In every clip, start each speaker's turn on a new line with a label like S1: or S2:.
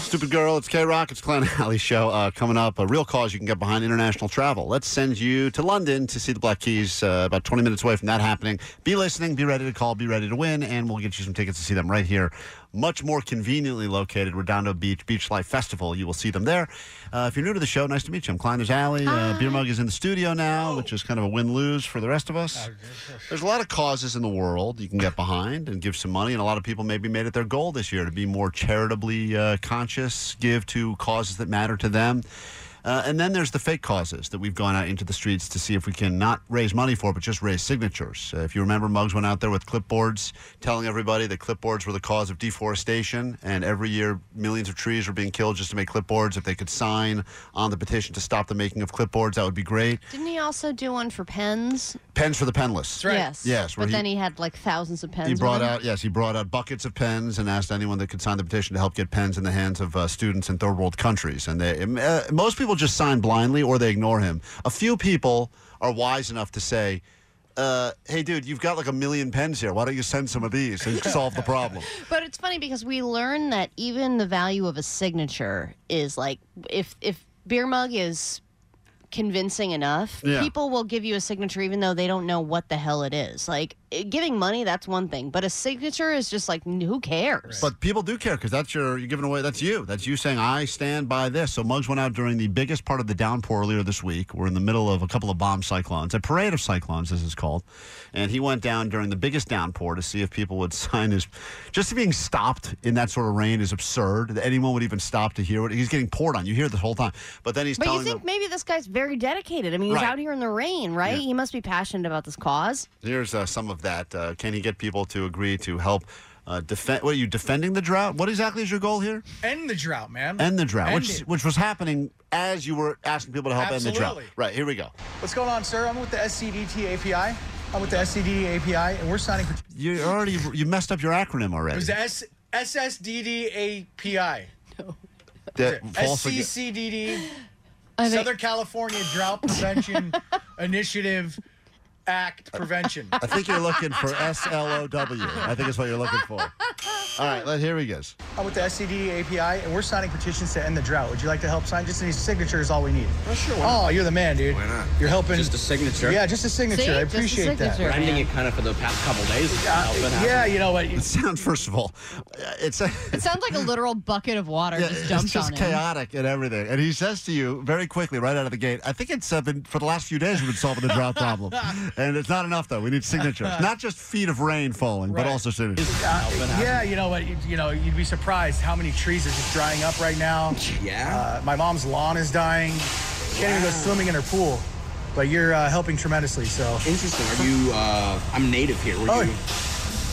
S1: Stupid Girl, it's K Rock, it's Clan Alley Show. Uh, coming up, a real cause you can get behind international travel. Let's send you to London to see the Black Keys, uh, about 20 minutes away from that happening. Be listening, be ready to call, be ready to win, and we'll get you some tickets to see them right here. Much more conveniently located, Redondo Beach, Beach Life Festival. You will see them there. Uh, if you're new to the show, nice to meet you. I'm Klein, there's Alley. Uh, Beer Mug is in the studio now, which is kind of a win lose for the rest of us. There's a lot of causes in the world you can get behind and give some money, and a lot of people maybe made it their goal this year to be more charitably uh, conscious, give to causes that matter to them. Uh, and then there's the fake causes that we've gone out into the streets to see if we can not raise money for, but just raise signatures. Uh, if you remember, Muggs went out there with clipboards telling everybody that clipboards were the cause of deforestation, and every year millions of trees were being killed just to make clipboards. If they could sign on the petition to stop the making of clipboards, that would be great.
S2: Didn't he also do one for pens?
S1: Pens for the penless.
S3: Right.
S2: Yes.
S1: Yes, where
S2: But
S1: he-
S2: then he had like thousands of pens.
S1: He brought
S2: with him.
S1: out yes, he brought out buckets of pens and asked anyone that could sign the petition to help get pens in the hands of uh, students in third world countries. And they, um, uh, most people just sign blindly or they ignore him. A few people are wise enough to say. Uh, hey, dude, you've got like a million pens here. Why don't you send some of these and solve the problem?
S2: But it's funny because we learn that even the value of a signature is like if if beer mug is convincing enough,
S1: Yeah.
S2: people will give you a signature even though they don't know what the hell it is. Like eh, giving money, that's one thing, but a signature is just like n- who cares?
S1: But people do care because that's your you're giving away. That's you. That's you saying I stand by this. So Muggs went out during the biggest part of the downpour earlier this week. We're in the middle of a couple of bomb cyclones, a parade of cyclones, this is called. And he went down during the biggest downpour to see if people would sign his. Just being stopped in that sort of rain is absurd. That anyone would even stop to hear what he's getting poured on. You hear it this whole time, but then he's
S2: But
S1: telling
S2: you think
S1: them.
S2: maybe this guy's very dedicated. I mean, he's
S1: Right.
S2: out here in the rain, right? He must be passionate about this cause.
S1: Here's uh, some of that. Uh, can he get people to agree to help? Uh, defend. What are you defending the drought? What exactly is your goal here?
S3: End the drought, man.
S1: end the drought,
S3: End
S1: which
S3: it.
S1: which was happening as you were asking people to help end the
S3: Absolutely.
S1: drought. Right here we go.
S3: What's going on, sir? I'm with the SCDT API. I'm with the SCDT API, and we're signing. for-
S1: You already you messed up your acronym already.
S3: It was the S- SSDD API.
S1: That falsely-
S3: SCCDD, Southern California Drought Prevention Initiative Act Prevention.
S1: I think you're looking for S L O W. I think is what you're looking for. All right, let here he goes.
S3: I'm with the SCDD API, and we're signing petitions to end the drought. Would you like to help sign? Just need signature is all we need. Oh, sure. Oh, you're the man, dude. Why
S4: not?
S3: You're helping.
S4: Just a signature.
S3: Yeah, just a signature.
S2: See?
S3: I
S2: Just a
S3: appreciate that.
S2: signature.
S4: We're ending it kind of for the past couple days.
S3: Uh,
S4: Helping out.
S3: yeah, you know what?
S1: It sounds first of all, uh, it's a.
S5: It sounds like a literal bucket of water just
S1: it's
S5: dumped
S1: just
S5: on him.
S1: chaotic and everything. And he says to you very quickly, right out of the gate, I think it's uh, been for the last few days we've been solving the drought problem. And it's not enough, though. We need signatures. Not just feet of rain falling, but
S3: Right.
S1: also signatures.
S4: Helping out.
S3: Yeah, you know what? You, you know, you'd be surprised how many trees are just drying up right now.
S4: Yeah.
S3: Uh, my mom's lawn is dying. Can't even go swimming in her pool. But you're uh, helping tremendously. So
S4: Interesting. Are you? Uh, I'm native here. Were
S3: Oh,
S4: you?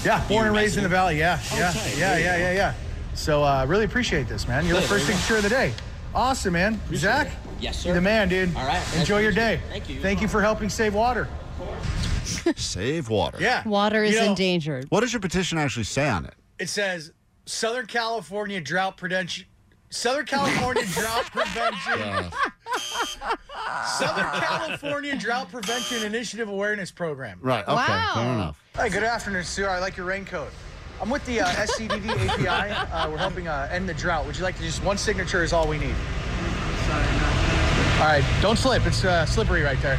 S3: yeah, born and raised in the valley. Yeah, yeah,
S4: Okay,
S3: yeah,
S4: there you
S3: yeah,
S4: go.
S3: yeah, yeah. So uh, really appreciate this, man. You're the
S4: Yeah,
S3: first
S4: there you
S3: signature of the day. Awesome, man. Zach.
S4: it. Yes, sir.
S3: You're the man, dude.
S4: All right, nice
S3: Enjoy
S4: to
S3: your
S4: meet you.
S3: day.
S4: Thank you.
S3: Thank you for helping save water.
S1: Save water.
S3: Yeah.
S5: Water is
S3: You know,
S5: endangered.
S1: What does your petition actually say on it?
S3: It says Southern California drought prevention. Southern California drought prevention. Southern California Drought Prevention Initiative Awareness Program.
S1: Right. Okay. Fair
S5: Wow.
S1: enough.
S3: Hi, good afternoon, sir. I like your raincoat. I'm with the uh, SCDD API. Uh, we're helping uh, end the drought. Would you like to just one signature is all we need? All right, don't slip. It's uh, slippery right there.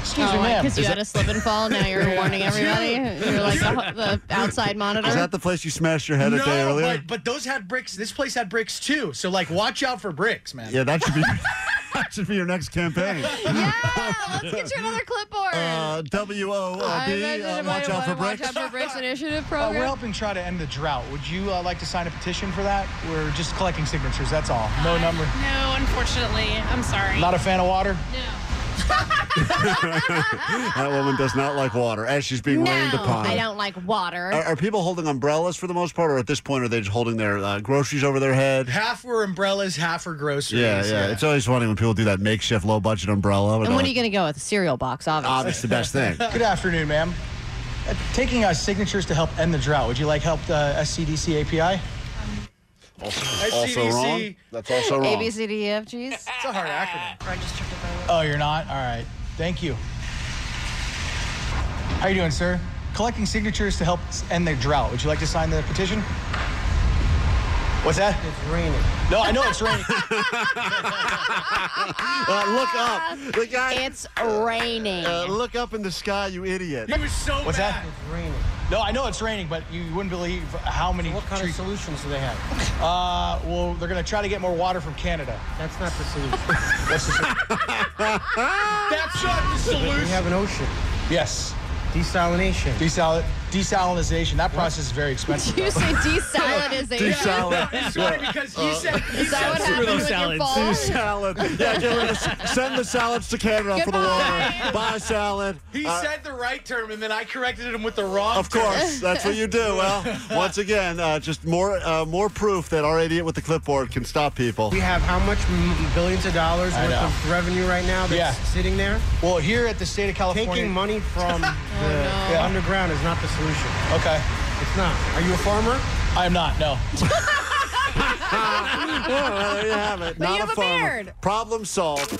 S3: Excuse me, ma'am.
S5: Because Oh, you had a slip and fall. Now you're warning everybody. You're like the, the outside monitor.
S1: Is that the place you smashed your head a day
S3: no,
S1: earlier?
S3: but, but those had bricks. This place had bricks too. So like, watch out for bricks, man.
S1: yeah, that should be that should be your next campaign.
S5: yeah, let's get you another clipboard.
S1: Uh, W O
S5: I
S1: O B.
S5: imagine
S1: Uh,
S5: it might
S1: watch out
S5: wanna
S1: for
S5: watch
S1: bricks.
S5: out for Bricks initiative
S3: Uh,
S5: program.
S3: we're helping try to end the drought. Would you uh, like to sign a petition for that? We're just collecting signatures. That's all. No number.
S6: No, unfortunately. I'm sorry.
S3: Not a fan of water.
S6: no.
S1: that woman does not like water, as she's being
S5: No,
S1: rained upon.
S5: I don't like water.
S1: Are, are people holding umbrellas for the most part, or at this point are they just holding their uh, groceries over their head?
S3: Half were umbrellas, half were groceries.
S1: Yeah, yeah, It's always funny when people do that makeshift low budget umbrella.
S5: and what are you going to go with? A cereal box,
S1: uh,
S5: obviously.
S1: Obviously, "Ah, the best thing.
S3: Good afternoon, ma'am. Uh, taking uh, signatures to help end the drought. Would you like help uh, SCDC API?
S1: also wrong.
S3: SCDC.
S1: That's also
S5: A,
S1: wrong.
S5: B, C, D, E, F, G's.
S3: It's a hard acronym. Oh, you're not? All right. Thank you. How you doing, sir? Collecting signatures to help s- end the drought. Would you like to sign the petition? What's that? It's raining. No, I know it's raining.
S1: Uh, look up. The guy.
S5: It's raining.
S1: uh, look up in the sky, you idiot.
S4: was so
S3: What's that? It's raining. No, I know it's raining, but you wouldn't believe how many
S6: What kind of
S3: trees.
S6: solutions do they have?
S3: uh, well, they're going to try to get more water from Canada.
S6: That's not the solution.
S3: That's not the
S6: we have an ocean.
S3: Yes.
S6: Desalination.
S3: Desal- desalinization. That process is very expensive.
S5: Did you say desalinization?
S1: salad.
S3: because you said
S5: Is that what happened with your
S7: salads.
S1: Sea
S5: balls?
S1: salad. Yeah, get rid of, send the salads to Canada for the water. Buy salad. Uh,
S3: He said the right term, and then I corrected him with the wrong.
S1: Of course, that's what you do. Well, once again, uh, just more uh, more proof that our idiot with the clipboard can stop people.
S6: We have how much m- billions of dollars
S3: I
S6: worth
S3: know.
S6: of revenue right now that's
S3: Yeah.
S6: sitting there?
S3: Well, here at the state of California.
S6: Taking money from the the underground is not the solution.
S3: Okay,
S6: It's not. Are you a farmer?
S3: I am not. No.
S1: well, there you have it. Not
S5: you have
S1: a
S5: a
S1: farmer.
S5: beard.
S1: Problem solved.